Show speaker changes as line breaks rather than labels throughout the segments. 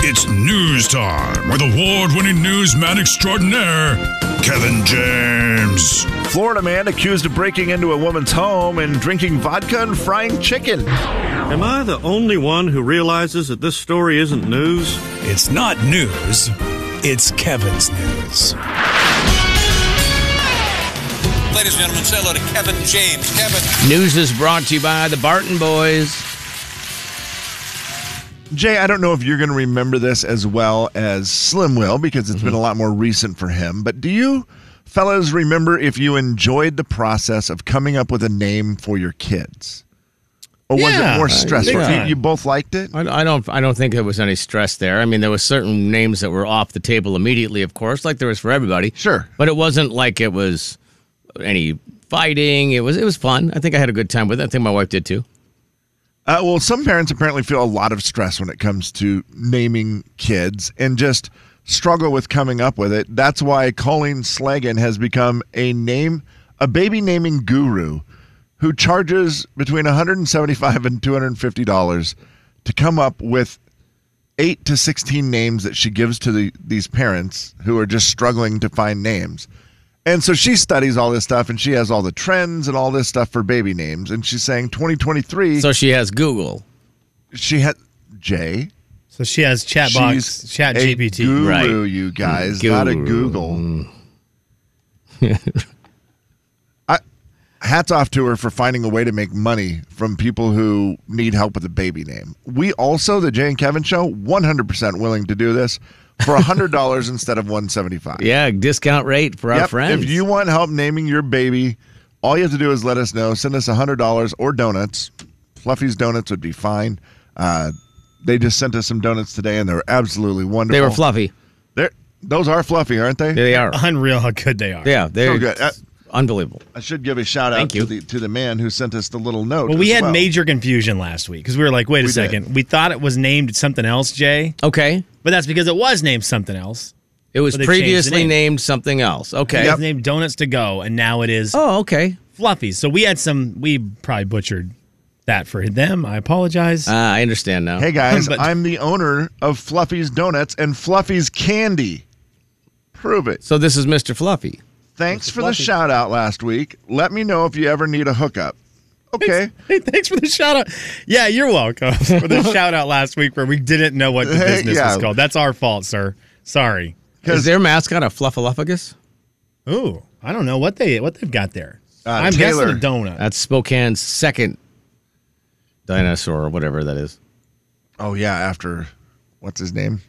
It's news time with award winning newsman extraordinaire, Kevin James.
Florida man accused of breaking into a woman's home and drinking vodka and frying chicken.
Am I the only one who realizes that this story isn't news?
It's not news, it's Kevin's news.
Ladies and gentlemen, say hello to Kevin James. Kevin.
News is brought to you by the Barton Boys.
Jay, I don't know if you're going to remember this as well as Slim will because it's been a lot more recent for him, but do you fellas remember if you enjoyed the process of coming up with a name for your kids? Or was it
Yeah,
more stressful?
yeah.
You, you both liked it?
I, I don't. I don't think there was any stress there. I mean, there was certain names that were off the table immediately, of course, like there was for everybody.
Sure.
but it wasn't like it was any fighting. It was. It was fun. I think I had a good time with it. I think my wife did too.
Uh, well, some parents apparently feel a lot of stress when it comes to naming kids and just struggle with coming up with it. That's why Colleen Slagan has become a name, a baby naming guru, who charges between one hundred and seventy-five and two hundred and fifty dollars to come up with eight to sixteen names that she gives to the, these parents who are just struggling to find names. And so she studies all this stuff and she has all the trends and all this stuff for baby names. And she's saying 2023
So she has Google.
she had Jay.
So she has chat box,
She's
chat
a
GPT.
guru,
right.
you guys, not a
Guru.
Google. I, hats off to her for finding a way to make money from people who need help with a baby name. We also, the Jay and Kevin Show, 100% willing to do this for $100 instead of 175
Yeah, discount rate for our
Yep,
friends.
If you want help naming your baby, all you have to do is let us know. Send us $100 or donuts. Fluffy's donuts would be fine. Uh, they just sent us some donuts today, and they were absolutely wonderful.
they were fluffy.
They're- those are fluffy, aren't they?
They are.
Unreal how good they are.
Yeah, they're
So good. Uh,
unbelievable.
I should give a shout out
Thank
to
you.
the to the man who sent us the little note.
Well, we
as
had major confusion last week because we were like, wait a
We did.
second. We thought it was named something else, Jay,
Okay,
but that's because it was named something else.
it was
Well, they changed the
previously
name.
named something else. Okay.
It was named Donuts to Go, and now it is
Oh, okay.
Fluffy. So we had some, we probably butchered that for them. I apologize.
Uh, I understand now.
Hey guys,
But-
I'm the owner of Fluffy's Donuts and Fluffy's Candy. Prove it.
So this is Mr. Fluffy.
Thanks for the shout out last week. Let me know if you ever need a hookup. Okay.
hey, thanks for the shout out. Yeah, you're welcome for the shout out last week where we didn't know what the
Hey,
business
yeah.
was called. That's our fault, sir. Sorry.
Is their mascot a fluffaluffagus?
Ooh, I don't know what they what they've got there.
Uh,
I'm
Taylor.
guessing a donut.
That's Spokane's second dinosaur or whatever that is.
Oh yeah, after what's his name?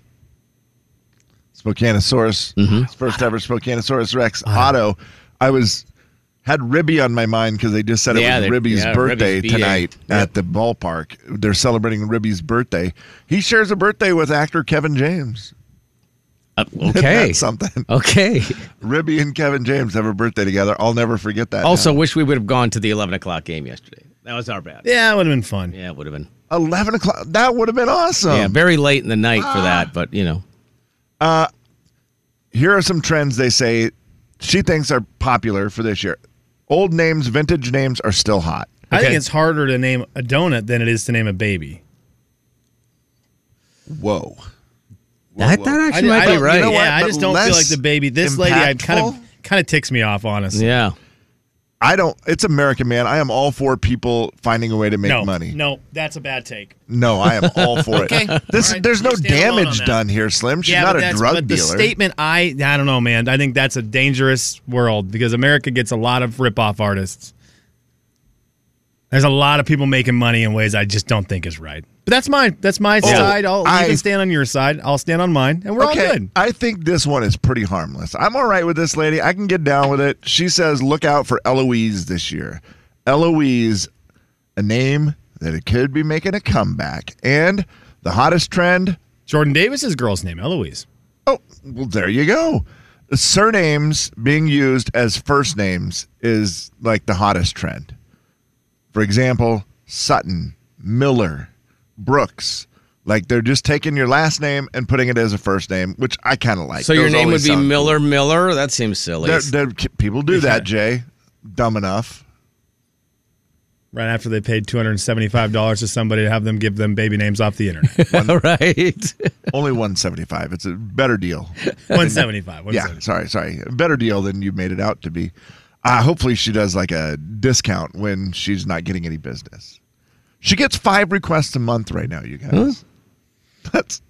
Spokanosaurus.
Mm-hmm.
His First ever Spokanosaurus Rex
Uh-huh.
Otto. I was had Ribby on my mind because they just said
Yeah,
it was
they-
Ribby's
yeah,
birthday
Ribby's B8.
tonight
Yep.
at the ballpark. They're celebrating Ribby's birthday. He shares a birthday with actor Kevin James.
Uh, okay.
That's something.
okay.
Ribby and Kevin James have a birthday together. I'll never forget that.
Also,
now.
wish we would have gone to the 11 o'clock game yesterday. That was our bad.
yeah, it would have been fun.
Yeah, it would have been.
eleven o'clock. That would have been awesome.
yeah, very late in the night
Ah.
for that, but you know.
here are some trends they say she thinks are popular for this year. Old names, vintage names are still hot.
I think
Okay.
it's harder to name a donut than it is to name a baby.
Whoa.
that, that
I,
actually
I
might be
don't-
right.
You know what?
Yeah, I
But
just don't feel
less
like the baby. This lady, I kind of
impactful?
kind of ticks me off, honestly.
yeah.
I don't. It's American man. I am all for people finding a way to make
no,
money. No.
no, that's a bad take.
I am all for it. This
All right.
there's no
You stand alone on
damage
that.
done here, Slim. She's
yeah,
not
but
a
that's-
drug
but
dealer.
The statement, I I don't know, man. I think that's a dangerous world because America gets a lot of rip-off artists. There's a lot of people making money in ways I just don't think is right. But that's my that's my side. I'll,
Oh, I-
you can stand on your side. I'll stand on mine, and we're all good.
I think this one is pretty harmless. I'm all right with this lady. I can get down with it. She says, look out for Eloise this year. Eloise, a name that it could be making a comeback. And the hottest trend
Jordan Davis's girl's name, Eloise.
oh, well, there you go. Surnames being used as first names is like the hottest trend. For example, Sutton, Miller, Brooks. Like they're just taking your last name and putting it as a first name, which I kind of like.
So your
Those
name would
always
be
sound
Miller Miller? That seems silly.
There- there- people do that, Jay. Dumb enough.
right after they paid two hundred and seventy-five dollars to somebody to have them give them baby names off the internet.
All right.
Only 175. It's a better deal.
One seventy-five.
Yeah, sorry, sorry. Better deal than you made it out to be. Uh, hopefully, she does like a discount when she's not getting any business. She gets five requests a month right now, you guys. That's,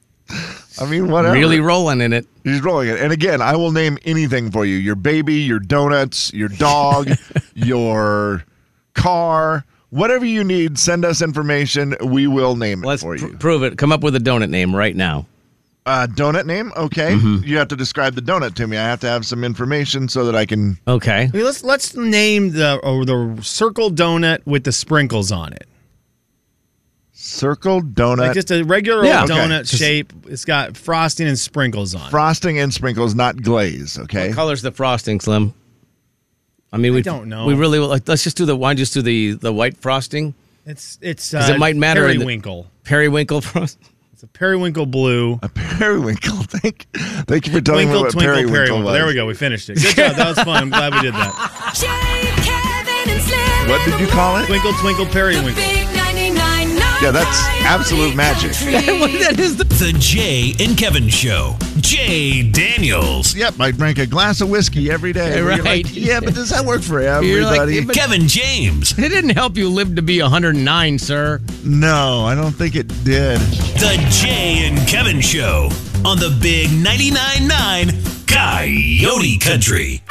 I mean, whatever.
really rolling in it.
He's rolling it. And again, I will name anything for you your baby, your donuts, your dog, your car, whatever you need, send us information. We will name it
Let's
for
pr-
you.
prove it. Come up with a donut name right now.
Uh, donut name? Okay.
Mm-hmm.
You have to describe the donut to me. I have to have some information so that I can.
Okay.
I mean, let's let's name the or the circle donut with the sprinkles on it.
Circle donut.
Like just a regular old
Yeah, okay.
donut
Just-
shape. It's got frosting and sprinkles on. it.
frosting and sprinkles, not glaze. Okay.
What color's the frosting, Slim? I mean, we
don't know.
We really like. Let's just do the. Why don't you just do the the white frosting?
It's it's
'Cause
uh,
it might matter in the-
Periwinkle.
Periwinkle frost.
It's a periwinkle blue.
A periwinkle. Thank, thank you for telling me
Twinkle
what
twinkle periwinkle.
periwinkle, was.
There we go. We finished it. Good job. That was fun. I'm glad we did that.
What did you call it?
Twinkle twinkle periwinkle.
Yeah, that's absolute magic.
that is the.
The Jay and Kevin Show. Jay Daniels.
Yep, I drank a glass of whiskey every day.
Yeah,
You're like,
right.
yeah, but does that work for
You're like,
everybody?
yeah, but-
Kevin James.
It didn't help you live to be 109, sir.
no, I don't think it did.
The Jay and Kevin Show on the Big 99.9 9 Coyote Country.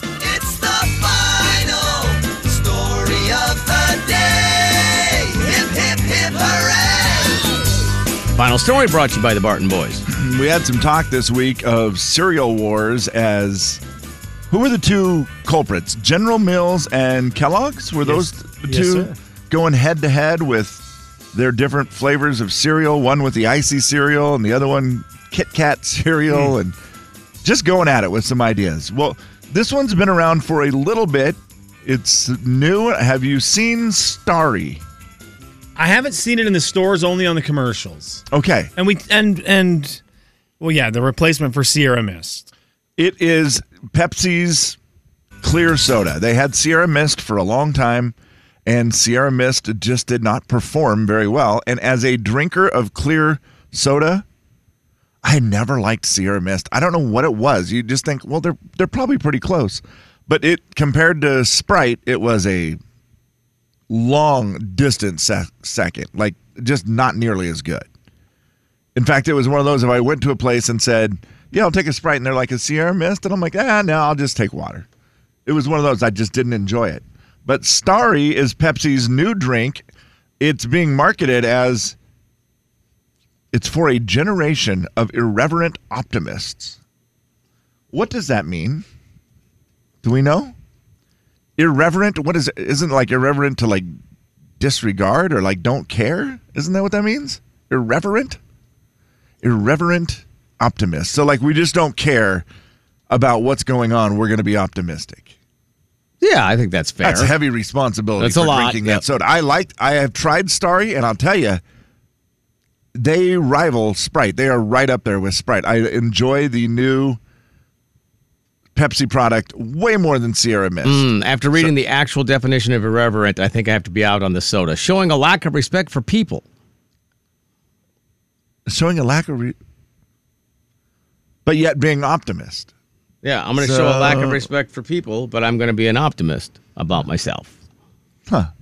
It's the final story of the day. Hip, hip, hip, hooray!
Final story brought to you by the Barton Boys.
We had some talk this week of cereal wars as who were the two culprits? General Mills and Kellogg's? Were those the
Yes,
two
sir.
going head to head with their different flavors of cereal, one with the icy cereal and the other one Kit Kat cereal
Hmm.
and just going at it with some ideas. Well, this one's been around for a little bit. It's new. Have you seen Starry?
I haven't seen it in the stores. Only on the commercials.
Okay.
And we and and well, yeah, the replacement for Sierra Mist.
It is Pepsi's clear soda. They had Sierra Mist for a long time, and Sierra Mist just did not perform very well. And as a drinker of clear soda, I never liked Sierra Mist. I don't know what it was. You just think, well, they're they're probably pretty close, but it compared to Sprite, it was a long distance se- second, like just not nearly as good. In fact, it was one of those if I went to a place and said, Yeah, I'll take a Sprite, and they're like, a Sierra Mist? And I'm like, Ah, no, I'll just take water. It was one of those. I just didn't enjoy it. But Starry is Pepsi's new drink. It's being marketed as it's for a generation of irreverent optimists. What does that mean? Do we know? Irreverent? What is it? Isn't like irreverent to like disregard or like don't care? Isn't that what that means? Irreverent? irreverent optimist. So like we just don't care about what's going on. We're going to be optimistic.
Yeah, I think that's fair.
That's a heavy responsibility
That's a
for
lot,
drinking
yep.
that soda. I liked I have tried Starry and I'll tell you they rival Sprite. They are right up there with Sprite. I enjoy the new Pepsi product way more than Sierra Mist.
Mm, After reading the actual definition of irreverent, I think I have to be out on the soda. Showing a lack of respect for people.
Showing a lack of re- but yet being optimist.
Yeah, I'm going to show a lack of respect for people, but I'm going to be an optimist about myself.
I'm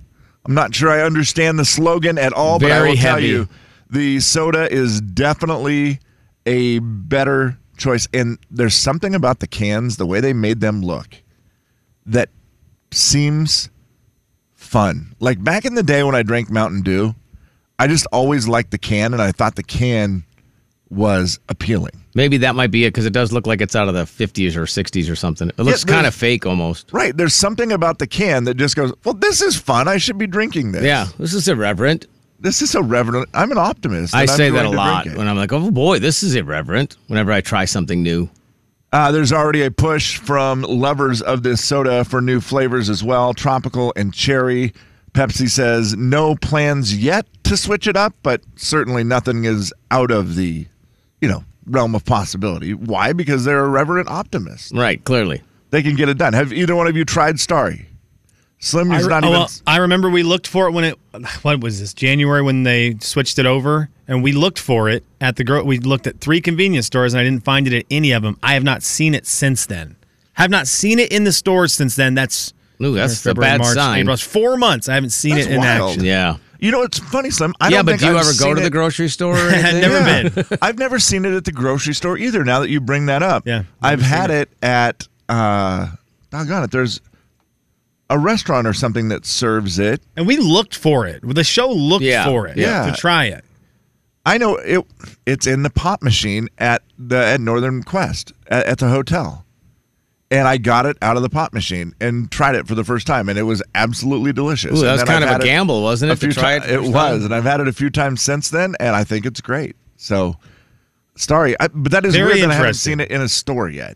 not sure I understand the slogan at all, but I
Very
will tell
heavy.
you the soda is definitely a better choice. And there's something about the cans, the way they made them look, that seems fun. Like back in the day when I drank Mountain Dew, I just always liked the can and I thought the can was appealing.
Maybe that might be it because it does look like it's out of the 50s or 60s or something. It
there's-
looks kind of fake almost.
Right. There's something about the can that just goes, well, this is fun. I should be drinking this.
Yeah, this is irreverent.
This is irreverent. I'm an optimist.
I
and I'm
say that
going
a
to drink
lot
it.
when I'm like, oh boy, this is irreverent whenever I try something new.
Uh, there's already a push from lovers of this soda for new flavors as well tropical and cherry. Pepsi says no plans yet to switch it up, but certainly nothing is out of the, you know, realm of possibility. Why? Because they're irreverent optimists.
Right, clearly.
They can get it done. Have either one of you tried Starry? Slim
I,
is
re-
not
oh,
even.
well, I remember we looked for it when it. What was this? January when they switched it over, and we looked for it at the. gro- We looked at three convenience stores, and I didn't find it at any of them. I have not seen it since then. Have not seen it in the stores since then. That's
Ooh, that's the
February,
bad
March,
sign.
April. It's four months. I haven't seen
That's
it in
wild.
action.
Yeah.
you know, it's funny, Slim. I
yeah,
don't
but
think
do you
I've
ever go
seen
to
it-
the grocery store? Or
I've
anything?
never been.
I've never seen it at the grocery store either. Now that you bring that up,
Yeah,
I've had it. at uh, doggone it. There's a restaurant or something that serves it.
And we looked for it. The show looked
Yeah.
for it
Yeah.
to try it.
I know it. It's in the pop machine at the at Northern Quest at, at the hotel, and I got it out of the pop machine and tried it for the first time, and it was absolutely delicious.
Ooh, that
And
was
then
kind
I've
of
had
a gamble, wasn't it? to
few
try
ti-
it. first
was,
time?
and I've had it a few times since then, and I think it's great. So, sorry, I, but that is
Very
weird that I haven't
interesting.
seen it in a store yet.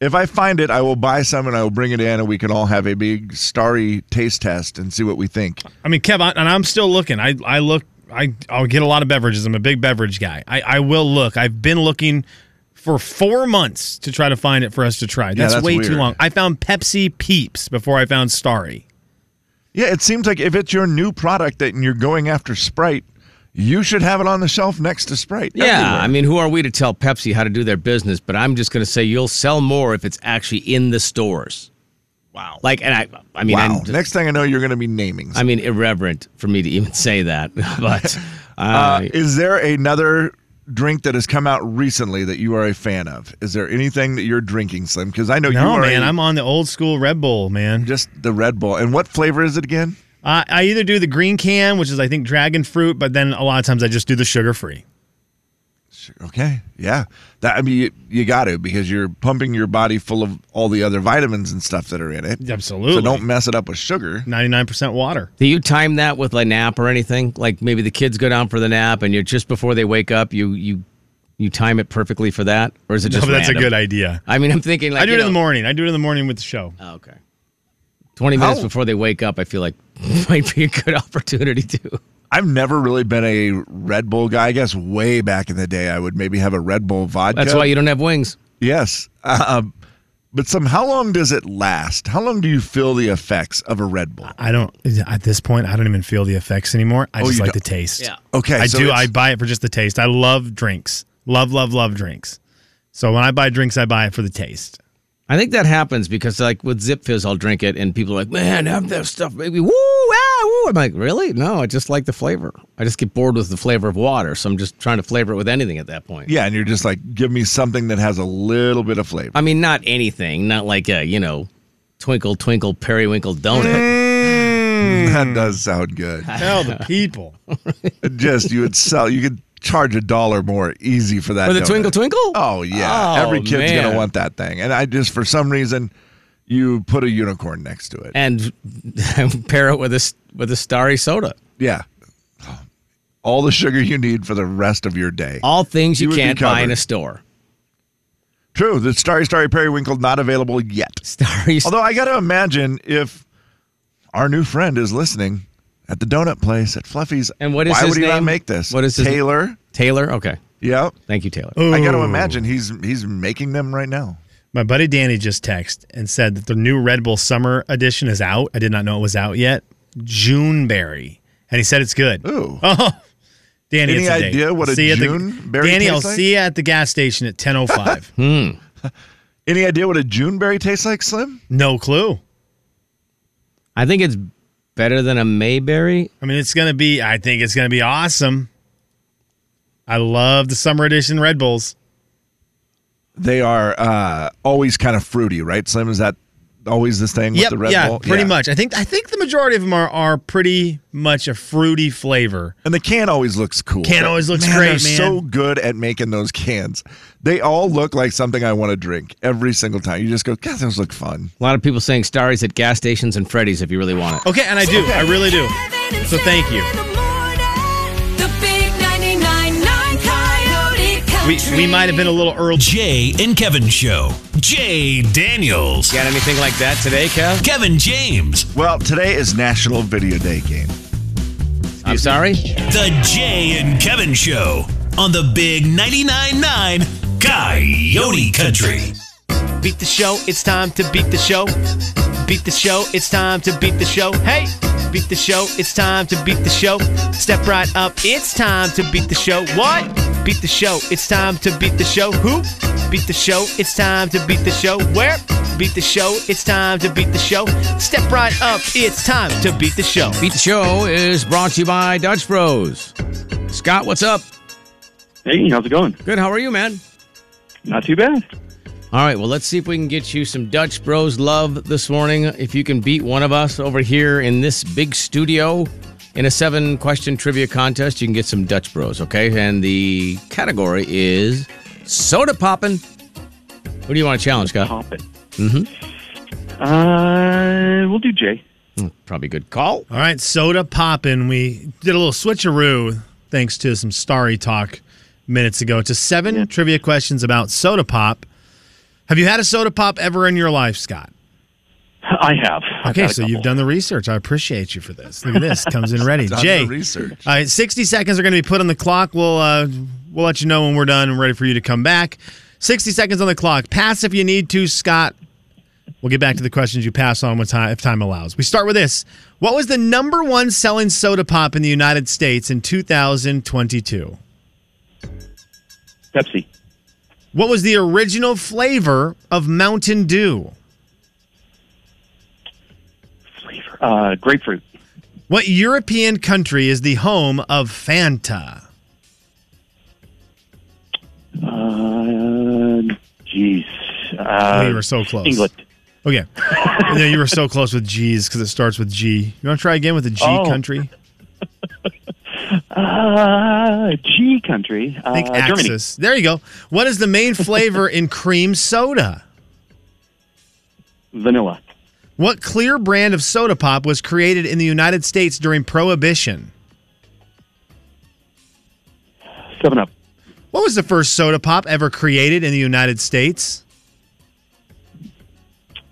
If I find it, I will buy some and I will bring it in, and we can all have a big starry taste test and see what we think.
I mean, Kev, I, and I'm still looking. I I look. I I'll get a lot of beverages. I'm a big beverage guy. I I will look. I've been looking for four months to try to find it for us to try. That's,
that's
way
weird.
too long. I found Pepsi Peeps before I found Starry.
Yeah, it seems like if it's your new product that and you're going after Sprite, you should have it on the shelf next to Sprite.
Yeah, I mean, who are we to tell Pepsi how to do their business? But I'm just going to say you'll sell more if it's actually in the stores. Wow. Like, and I, I mean,
wow.
I'm-
next thing I know, you're going to be naming.
I mean, irreverent for me to even say that, but uh,
Uh, is there another drink that has come out recently that you are a fan of? Is there anything that you're drinking, Slim? Because I know you
No
are.
man,
a-
I'm on the old school Red Bull man.
just the Red Bull. And what flavor is it again?
I, I either do the green can, which is I think dragon fruit, but then a lot of times I just do the sugar free.
Okay, yeah. That I mean, you, you got to because you're pumping your body full of all the other vitamins and stuff that are in it.
Absolutely.
So don't mess it up with sugar.
Ninety nine percent water.
do you time that with a nap or anything? Like maybe the kids go down for the nap, and you're just before they wake up, you you you time it perfectly for that, or is it
No,
just?
but that's a
random?
good idea.
I mean, I'm thinking like
I do
you
it in the
know-
morning. I do it in the morning with the show.
Oh, okay. Twenty minutes
How-
before they wake up, I feel like might be a good opportunity to.
I've never really been a Red Bull guy. I guess way back in the day, I would maybe have a Red Bull vodka.
That's why you don't have wings.
Yes. Um, but some, how long does it last? How long do you feel the effects of a Red Bull?
I don't at this point. I don't even feel the effects anymore. I
Oh,
just
you
like
don't-
the taste.
Yeah.
Okay,
I
so
do.
it's-
I buy it for just the taste. I love drinks. Love, love, love drinks. So when I buy drinks, I buy it for the taste.
I think that happens because, like with Zip Fizz, I'll drink it, and people are like, "Man, have that stuff, baby!" Woo, ah, woo. I'm like, "Really? No, I just like the flavor. I just get bored with the flavor of water, so I'm just trying to flavor it with anything at that point.
Yeah, and you're just like, give me something that has a little bit of flavor.
I mean, not anything, not like a you know, twinkle twinkle periwinkle
Eh,
donut.
That does sound good.
Tell the people.
Just you would sell, you could charge a dollar more easy for that.
Or the
donut.
twinkle twinkle?
Oh yeah,
Oh,
every kid's
man.
gonna want that thing. And I just for some reason, you put a unicorn next to it.
and pair it with a s- with a starry soda.
Yeah, all the sugar you need for the rest of your day.
All things
You
you,
would be
can't buy in
covered.
a store.
True, the starry starry periwinkle not available yet.
Starry.
Although I got to imagine if our new friend is listening at the donut place at Fluffy's,
And what is
why
his
would he not
name?
make this?
What is his-
Taylor?
Taylor. Okay,
Yep.
thank you, Taylor.
I got to
Ooh.
imagine he's he's making them right now.
My buddy Danny just texted and said that the new Red Bull Summer Edition is out. I did not know it was out yet. Juneberry, and he said it's good.
Ooh.
Oh, Danny,
Any
it's a date.
idea what a
See you at the-
Juneberry
Danny, I'll
tastes like?
see you at the gas station at ten oh five.
Any idea what a Juneberry tastes like, Slim?
No clue.
I think it's better than a Mayberry.
I mean, it's gonna be. I think it's gonna be awesome. I love the summer edition Red Bulls.
They are uh, always kind of fruity, right? Slim, is that always this thing with the Red
yeah,
Bull?
pretty
Yeah.
much. I think I think the majority of them are are pretty much a fruity flavor.
And the can always looks cool.
Can always looks
man,
great,
they're So
man.
good at making those cans. They all look like something I want to drink every single time. You just go, God, those look fun.
A lot of people saying Starry's at gas stations and Freddy's if you really want it.
Okay, and I do. I really do. So thank you.
The big 99.9 Coyote
We
Country.
we might have been a little early.
Jay and Kevin Show. Jay Daniels.
Got anything like that today, Kev?
Kevin James.
Well, today is National Video Day game.
I'm sorry.
The Jay and Kevin Show on the Big 99.9 Coyote Country.
Beat the show, it's time to beat the show. Beat the show, it's time to beat the show. Hey, beat the show, it's time to beat the show. Step right up, it's time to beat the show. What? Beat the show, it's time to beat the show. Who? Beat the show, it's time to beat the show. Where? Beat the show, it's time to beat the show. Step right up, it's time to beat the show.
Beat the Show is brought to you by Dutch Bros. Scott, what's up?
Hey, how's it going?
Good. How are you, man?
Not too bad.
All right, well, let's see if we can get you some Dutch Bros love this morning. If you can beat one of us over here in this big studio in a seven question trivia contest, you can get some Dutch Bros, okay? And the category is soda poppin'. What do you want to challenge, Scott?
Pop it. Mm-hmm. Uh, we'll do Jay.
Hmm, Probably a good call.
All right, soda poppin'. We did a little switcheroo thanks to some starry talk minutes ago to seven trivia questions about soda pop. Have you had a soda pop ever in your life, Scott?
I have. I've
Okay,
got a
so you've
couple.
done the research. I appreciate you for this. Look at this. Comes in ready.
Done the
Jay.
research.
All right, 60 seconds are going to be put on the clock. We'll uh, we'll let you know when we're done and ready for you to come back. 60 seconds on the clock. Pass if you need to, Scott. We'll get back to the questions you pass on when time, if time allows. We start with this. What was the number one selling soda pop in the United States in 2022?
Pepsi.
What was the original flavor of Mountain Dew?
Flavor. Uh, grapefruit.
What European country is the home of Fanta?
Uh, jeez. Uh,
We were so close.
England.
Okay. yeah, you were so close with G's because it starts with G. You want to try again with a G
Oh.
country?
Uh, G country. Uh,
Think
Germany.
Axis. There you go. What is the main flavor in cream soda?
Vanilla.
What clear brand of soda pop was created in the United States during Prohibition?
Seven Up.
What was the first soda pop ever created in the United States?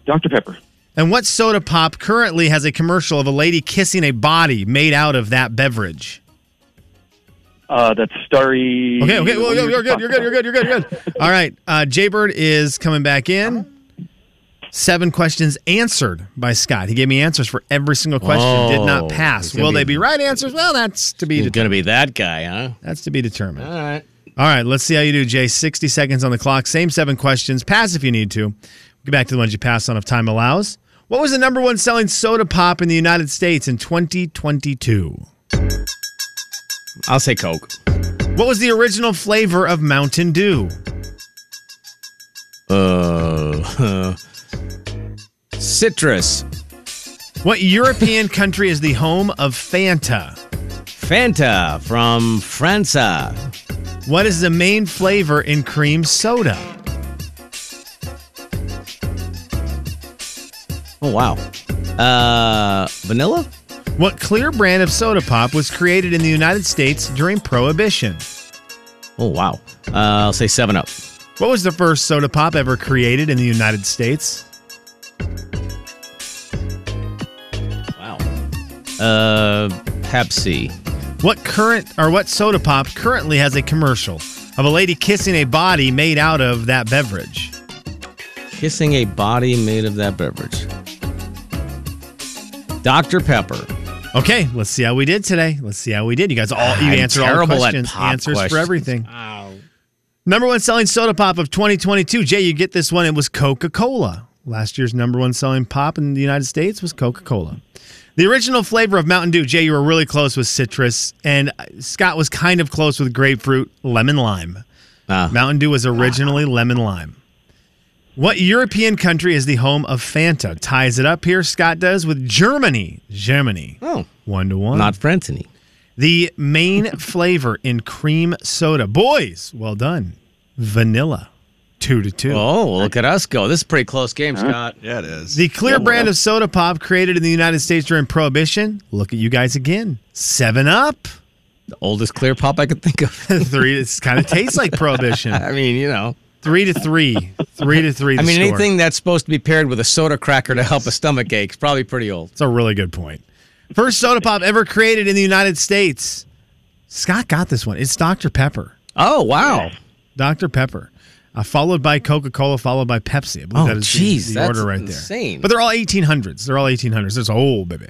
Dr. Pepper.
And what soda pop currently has a commercial of a lady kissing a body made out of that beverage?
Uh, that's Starry.
Okay, okay, well, you're, you're good, you're good, you're good, you're good, you're good. All right, uh, Jaybird is coming back in. Seven questions answered by Scott. He gave me answers for every single question. Did
Oh,
not pass.
it's gonna
Will
be-
they be right answers? Well, that's to be
You're
det-
going to be that guy, huh?
that's to be determined.
All right.
All right, let's see how you do, Jay. 60 seconds on the clock. Same seven questions. Pass if you need to. We'll get back to the ones you passed on if time allows. What was the number one selling soda pop in the United States in 2022?
I'll say Coke.
What was the original flavor of Mountain Dew?
Uh, citrus,
What European country is the home of Fanta?
Fanta from France.
What is the main flavor in cream soda?
Oh wow. Uh, vanilla.
What clear brand of soda pop was created in the United States during Prohibition?
Oh wow. Uh, I'll say Seven Up.
What was the first soda pop ever created in the United States?
Wow. Uh, Pepsi.
What current or what soda pop currently has a commercial of a lady kissing a body made out of that beverage?
Kissing a body made of that beverage. Dr Pepper.
Okay, let's see how we did today. Let's see how we did. You guys all you
I'm
answered all the
terrible at
questions,
pop
answers for
questions.
everything. Number one selling soda pop of 2022. Jay, you get this one. It was Coca Cola. Last year's number one selling pop in the United States was Coca Cola. The original flavor of Mountain Dew, Jay, you were really close with citrus, and uh, Scott was kind of close with grapefruit, lemon lime.
Ah.
Mountain Dew was originally lemon lime. What European country is the home of Fanta? Ties it up here, Scott does, with Germany. Germany.
Oh,
One to one.
not Francini.
The main flavor in cream soda. Boys, well done. Vanilla. Two to two.
Oh, look at us go. This is a pretty close game, Scott.
Yeah, it is.
The clear brand of soda pop created in the United States during Prohibition. Look at you guys again. Seven up.
The oldest clear pop I could think of.
Three. It's kind of tastes like Prohibition.
I mean, you know.
Three to three. Three to three.
I
the
mean,
score.
anything that's supposed to be paired with a soda cracker to help a stomach ache is probably pretty old.
It's a really good point. First soda pop ever created in the United States. Scott got this one. It's Dr. Pepper.
Oh wow!
Dr. Pepper. uh, followed by Coca Cola, followed by Pepsi. I believe
Oh,
that is the-
jeez,
the,
that's
order right
insane.
there. But they're all 1800s. They're all 1800s. It's old, baby.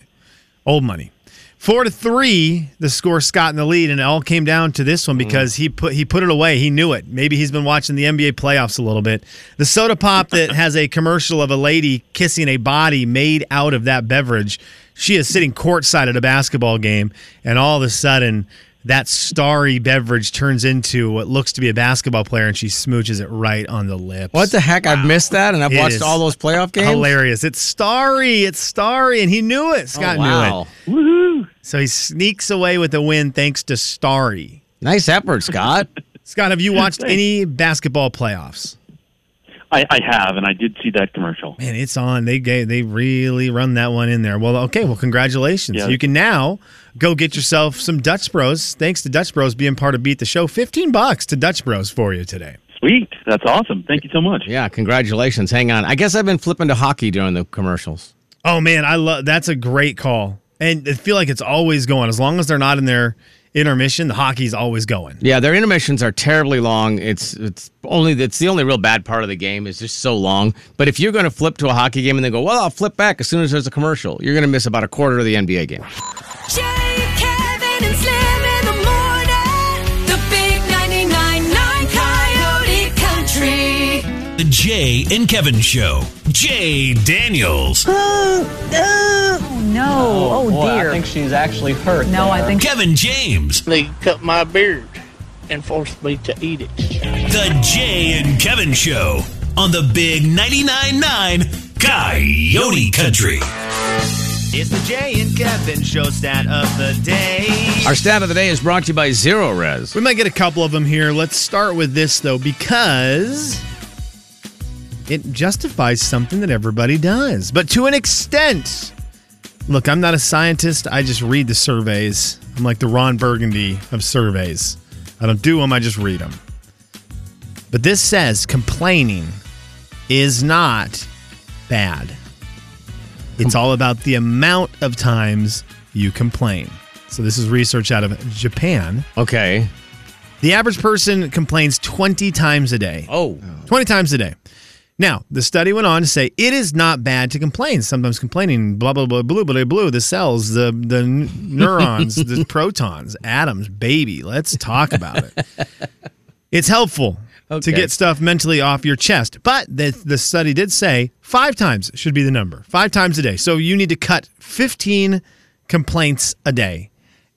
Old money. Four to three, the score. Scott in the lead, and it all came down to this one
Mm-hmm.
because he put he put it away. He knew it. Maybe he's been watching the NBA playoffs a little bit. The soda pop that has a commercial of a lady kissing a body made out of that beverage. She is sitting courtside at a basketball game, and all of a sudden, that starry beverage turns into what looks to be a basketball player, and she smooches it right on the lips.
What the heck? I've missed that, and I've
It
watched
is
all those playoff games.
Hilarious! It's starry. It's starry, and he knew it. Scott
Oh, wow.
knew it. So he sneaks away with a win thanks to Starry.
Nice effort, Scott.
Scott, have you watched
Thanks.
any basketball playoffs?
I, I have, and I did see that commercial.
Man, it's on. They ga- they really run that one in there. Well, okay. Well, congratulations.
Yeah.
You can now go get yourself some Dutch Bros. Thanks to Dutch Bros being part of Beat the Show. Fifteen bucks to Dutch Bros for you today.
Sweet. That's awesome. Thank you so much.
yeah, congratulations. Hang on. I guess I've been flipping to hockey during the commercials.
Oh man, I love that's a great call, and I feel like it's always going. As long as they're not in their intermission, the hockey's always going.
Yeah, their intermissions are terribly long. It's it's only it's the only real bad part of the game is just so long. But if you're going to flip to a hockey game and then go, well, I'll flip back as soon as there's a commercial, you're going to miss about a quarter of the NBA game.
Jay, Kevin, and Slim in the morning. The big 99.9 Coyote Country.
The Jay and Kevin Show. Jay Daniels.
Oh, no. Oh, dear.
she's actually hurt.
No, I there. think-
Kevin James.
They cut my beard and forced me to eat it.
The Jay and Kevin Show on the Big 99.9 Coyote Country.
It's the Jay and Kevin show stat of the day.
Our stat of the day is brought to you by Zero Res.
We might get a couple of them here. Let's start with this though, because it justifies something that everybody does, but to an extent. Look, I'm not a scientist. I just read the surveys. I'm like the Ron Burgundy of surveys. I don't do them, I just read them. But this says complaining is not bad. It's all about the amount of times you complain. So this is research out of Japan.
Okay.
The average person complains 20 times a day.
Oh.
20 times a day. Now, the study went on to say it is not bad to complain. Sometimes complaining, blah, blah, blah, blue, blah, blue, the cells, the, the n- neurons, the protons, atoms, baby. Let's talk about it. It's helpful
Okay.
to get stuff mentally off your chest. But the, the study did say five times should be the number, five times a day. So you need to cut 15 complaints a day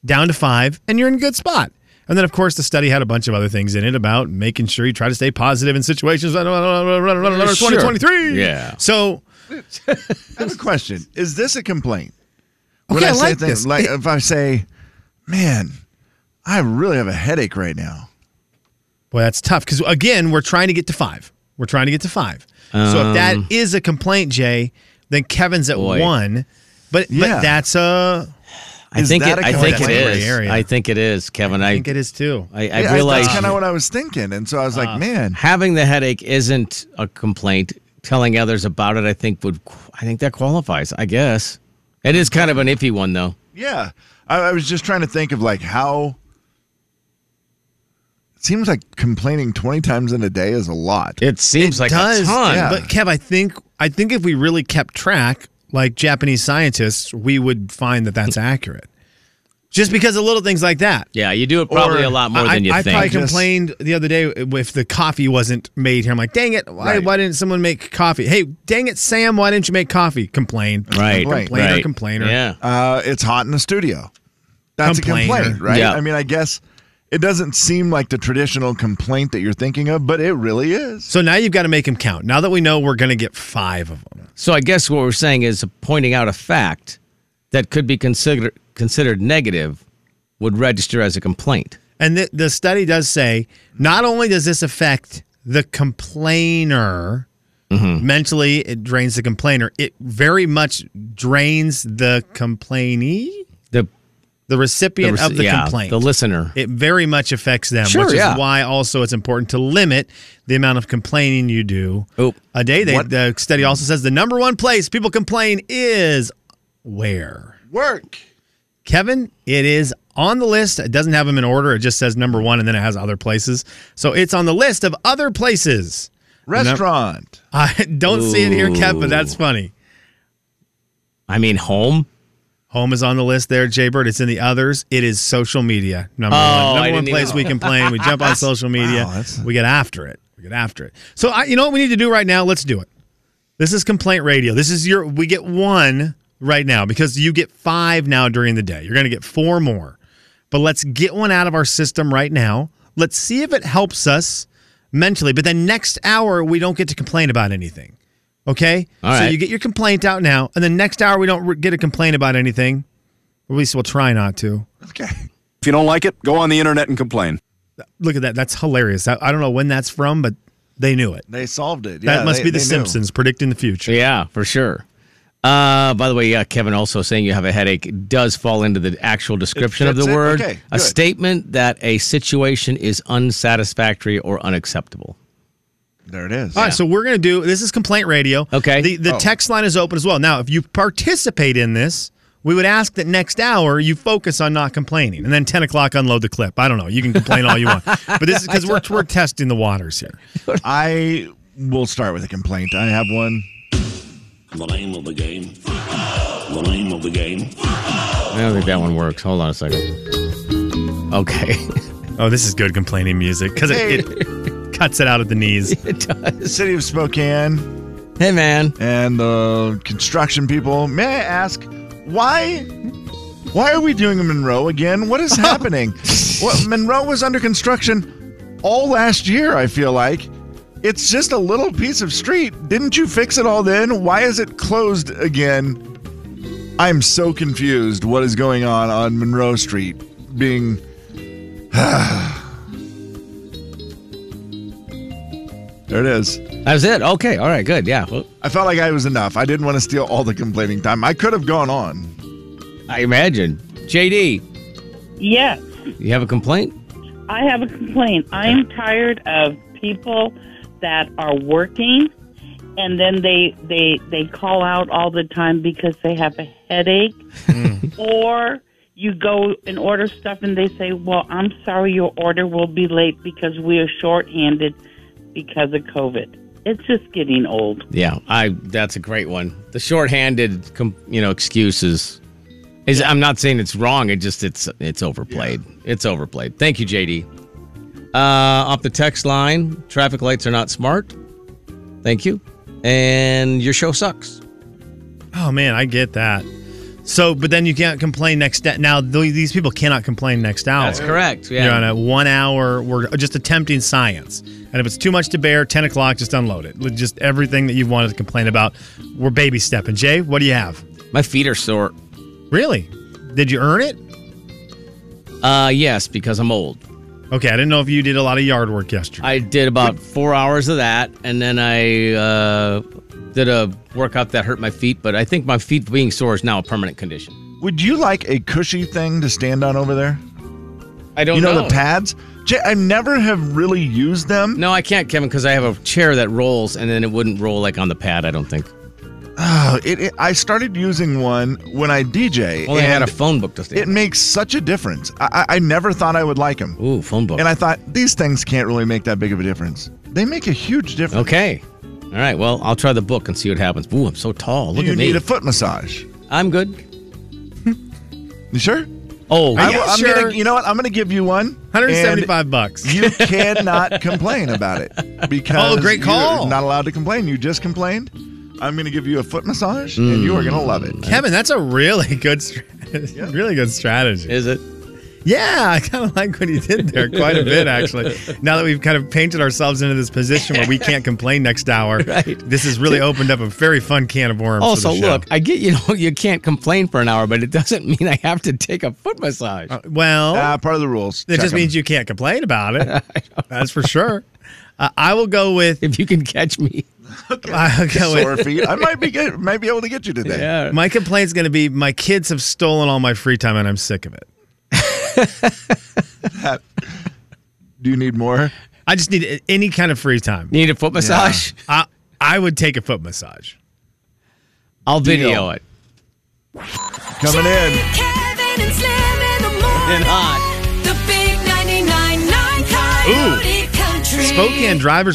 down to five, and you're in a good spot. And then, of course, the study had a bunch of other things in it about making sure you try to stay positive in situations.
Sure.
2023.
Yeah.
So
I have a question. Is this a complaint?
Okay, I
say
like
things-
this.
like if I say, "Man, I really have a headache right now."
Well, that's tough because again, we're trying to get to five. We're trying to get to five. so if that
Um.
is a complaint, Jay, then Kevin's at
Boy.
one. But
Yeah.
but that's uh, a.
I think it, I think it is. I think it is, Kevin. I,
think it is too.
I,
Yeah,
I realize
that's kind of what I was thinking, and so I was
Ah.
like, "Man,
having the headache isn't a complaint. Telling others about it, I think would I think that qualifies. I guess it is kind of an iffy one though.
yeah." I, I was just trying to think of like how. It seems like complaining twenty times in a day is a lot.
It seems
like
does. But Kev, I think I think if we really kept track, like Japanese scientists, we would find that that's accurate. Just because of little things like that.
Yeah, you do it probably
Or
a lot more
I-
than you
I
think.
probably complained the other day if the coffee wasn't made here. I'm like, dang it, why,
Right.
why didn't someone make coffee? Hey, dang it, Sam, why didn't you make coffee? Complain. Complainer, complainer.
Uh, it's hot in the studio. That's
Complainer.
a complaint, right?
Yeah.
I mean, I guess it doesn't seem like the traditional complaint that you're thinking of, but it really is.
So now you've got to make them count. Now that we know we're going to get five of them.
So I guess what we're saying is pointing out a fact that could be considered considered negative would register as a complaint.
And the, the study does say not only does this affect the complainer
Mm-hmm.
mentally, it drains the complainer. It very much drains the complainee,
the
the recipient
rec-
of the
yeah,
complaint,
the listener.
It very much affects them,
Sure,
which
yeah.
is why also it's important to limit the amount of complaining you do a day. They,
What-
the study also says the number one place people complain is where
work.
Kevin, it is on the list. It doesn't have them in order. It just says number one, and then it has other places. So it's on the list of other places.
Restaurant.
I don't see it here, Kev, but that's
Ooh.
funny.
I mean, home.
Home is on the list there, Jaybird. It's in the others. It is social media. Number
Oh,
one.
I
Number one
didn't even
place
know.
we complain. We jump on social media. we get after it. We get after it. So I, you know what we need to do right now? Let's do it. This is complaint radio. This is your. We get one right now because you get five now during the day. You're going to get four more, but let's get one out of our system right now. Let's see if it helps us mentally. But then next hour we don't get to complain about anything. Okay.
All
So
right.
you get your complaint out now, and then next hour we don't re- get to complain about anything. At least we'll try not to.
If you don't like it, go on the internet and complain.
Look at that. That's hilarious. I, I don't know when that's from, but they knew it.
They solved it.
that must be The Simpsons predicting the future.
Yeah, for sure. Uh, by the way, yeah, Kevin also saying you have a headache does fall into the actual description of the
fits in?
word.
Okay,
a
good.
statement that a situation is unsatisfactory or unacceptable.
There it is.
All right, so we're going to do this is complaint radio. Okay. The the
Oh.
text line is open as well. Now, if you participate in this, we would ask that next hour you focus on not complaining, and then ten o'clock unload the clip. I don't know. You can complain all you want, but this is because we're we're testing the waters here.
I will start with a complaint. I have one.
The name of the game. The name of the game.
I don't think that one works. Hold on a second. Okay.
Oh, this is good complaining music because it, it cuts it out at the knees.
It does.
City of Spokane.
Hey, man.
And the construction people. May I ask why? Why are we doing Monroe again? What is happening? well, Monroe was under construction all last year. I feel like it's just a little piece of street. Didn't you fix it all then? Why is it closed again? I'm so confused. What is going on on Monroe Street? Being There it is.
That's it. Okay. All right. Good. Yeah.
I felt like I was enough. I didn't want to steal all the complaining time. I could have gone on.
I imagine. JD,
Yes,
you have a complaint?
I have a complaint. I'm tired of people that are working and then they they they call out all the time because they have a headache or you go and order stuff and they say, "Well, I'm sorry your order will be late because we are shorthanded because of COVID." It's just getting old.
Yeah. I. That's a great one. The shorthanded, com, you know, excuses. Is I'm not saying it's wrong. It just it's it's overplayed. It's overplayed. Thank you, JD. Uh, off the text line, traffic lights are not smart. Thank you. And your show sucks.
Oh man, I get that. So, but then you can't complain next day. Now th- these people cannot complain next hour.
That's correct, yeah.
You're on a one hour. We're just attempting science, and if it's too much to bear, ten o'clock, just unload it. Like, Just everything that you've wanted to complain about, we're baby stepping. Jay, what do you have?
My feet are sore.
Really? Did you earn it?
Uh, yes, because I'm old.
Okay, I didn't know if you did a lot of yard work yesterday.
I did about four hours of that, and then I uh, did a workout that hurt my feet. But I think my feet being sore is now a permanent condition.
Would you like a cushy thing to stand on over there?
I don't
You know,
know.
the pads? Jay, I never have really used them.
No, I can't, Kevin, because I have a chair that rolls, and then it wouldn't roll like on the pad. I don't think.
Oh, it, it- I started using one when I DJ.
Well, they had
and
a phone book to stand
It makes such a difference. I, I I never thought I would like them.
Ooh, phone book.
And I thought these things can't really make that big of a difference. They make a huge difference.
Okay. All right. Well, I'll try the book and see what happens. Ooh, I'm so tall. Look
you
at me.
need a foot massage.
I'm good.
you sure?
Oh,
I, am gonna, you know what? I'm going to give you one.
175 bucks.
You cannot complain about it because
Oh, great call.
you're not allowed to complain. You just complained. I'm going to give you a foot massage, and
Mm.
you are going to love it.
Kevin, that's a really good, strat- really good strategy.
Is it?
Yeah, I kind of like what he did there quite a bit, actually. Now that we've kind of painted ourselves into this position where we can't complain next hour, this has really opened up a very fun can of worms.
Also,
for the show.
look, I get you know you can't complain for an hour, but it doesn't mean I have to take a foot massage.
well,
Uh,
Ah, part of the rules.
It
Check
Oh. just
'em.
means you can't complain about it. That's for sure. Uh, I will go with
if you can catch me.
I'll go
Sore
with,
feet. I might be good, might be able to get you today.
My complaint's going to be my kids have stolen all my free time and I'm sick of it.
Do you need more?
I just need any kind of free time.
You need a foot massage?
I, I would take a foot massage.
I'll video it.
Coming in.
Kevin Kevin and Slim in the
uh,
morning.
And hot.
The big 99.9 Coyote
Ooh.
Country.
Spokane drivers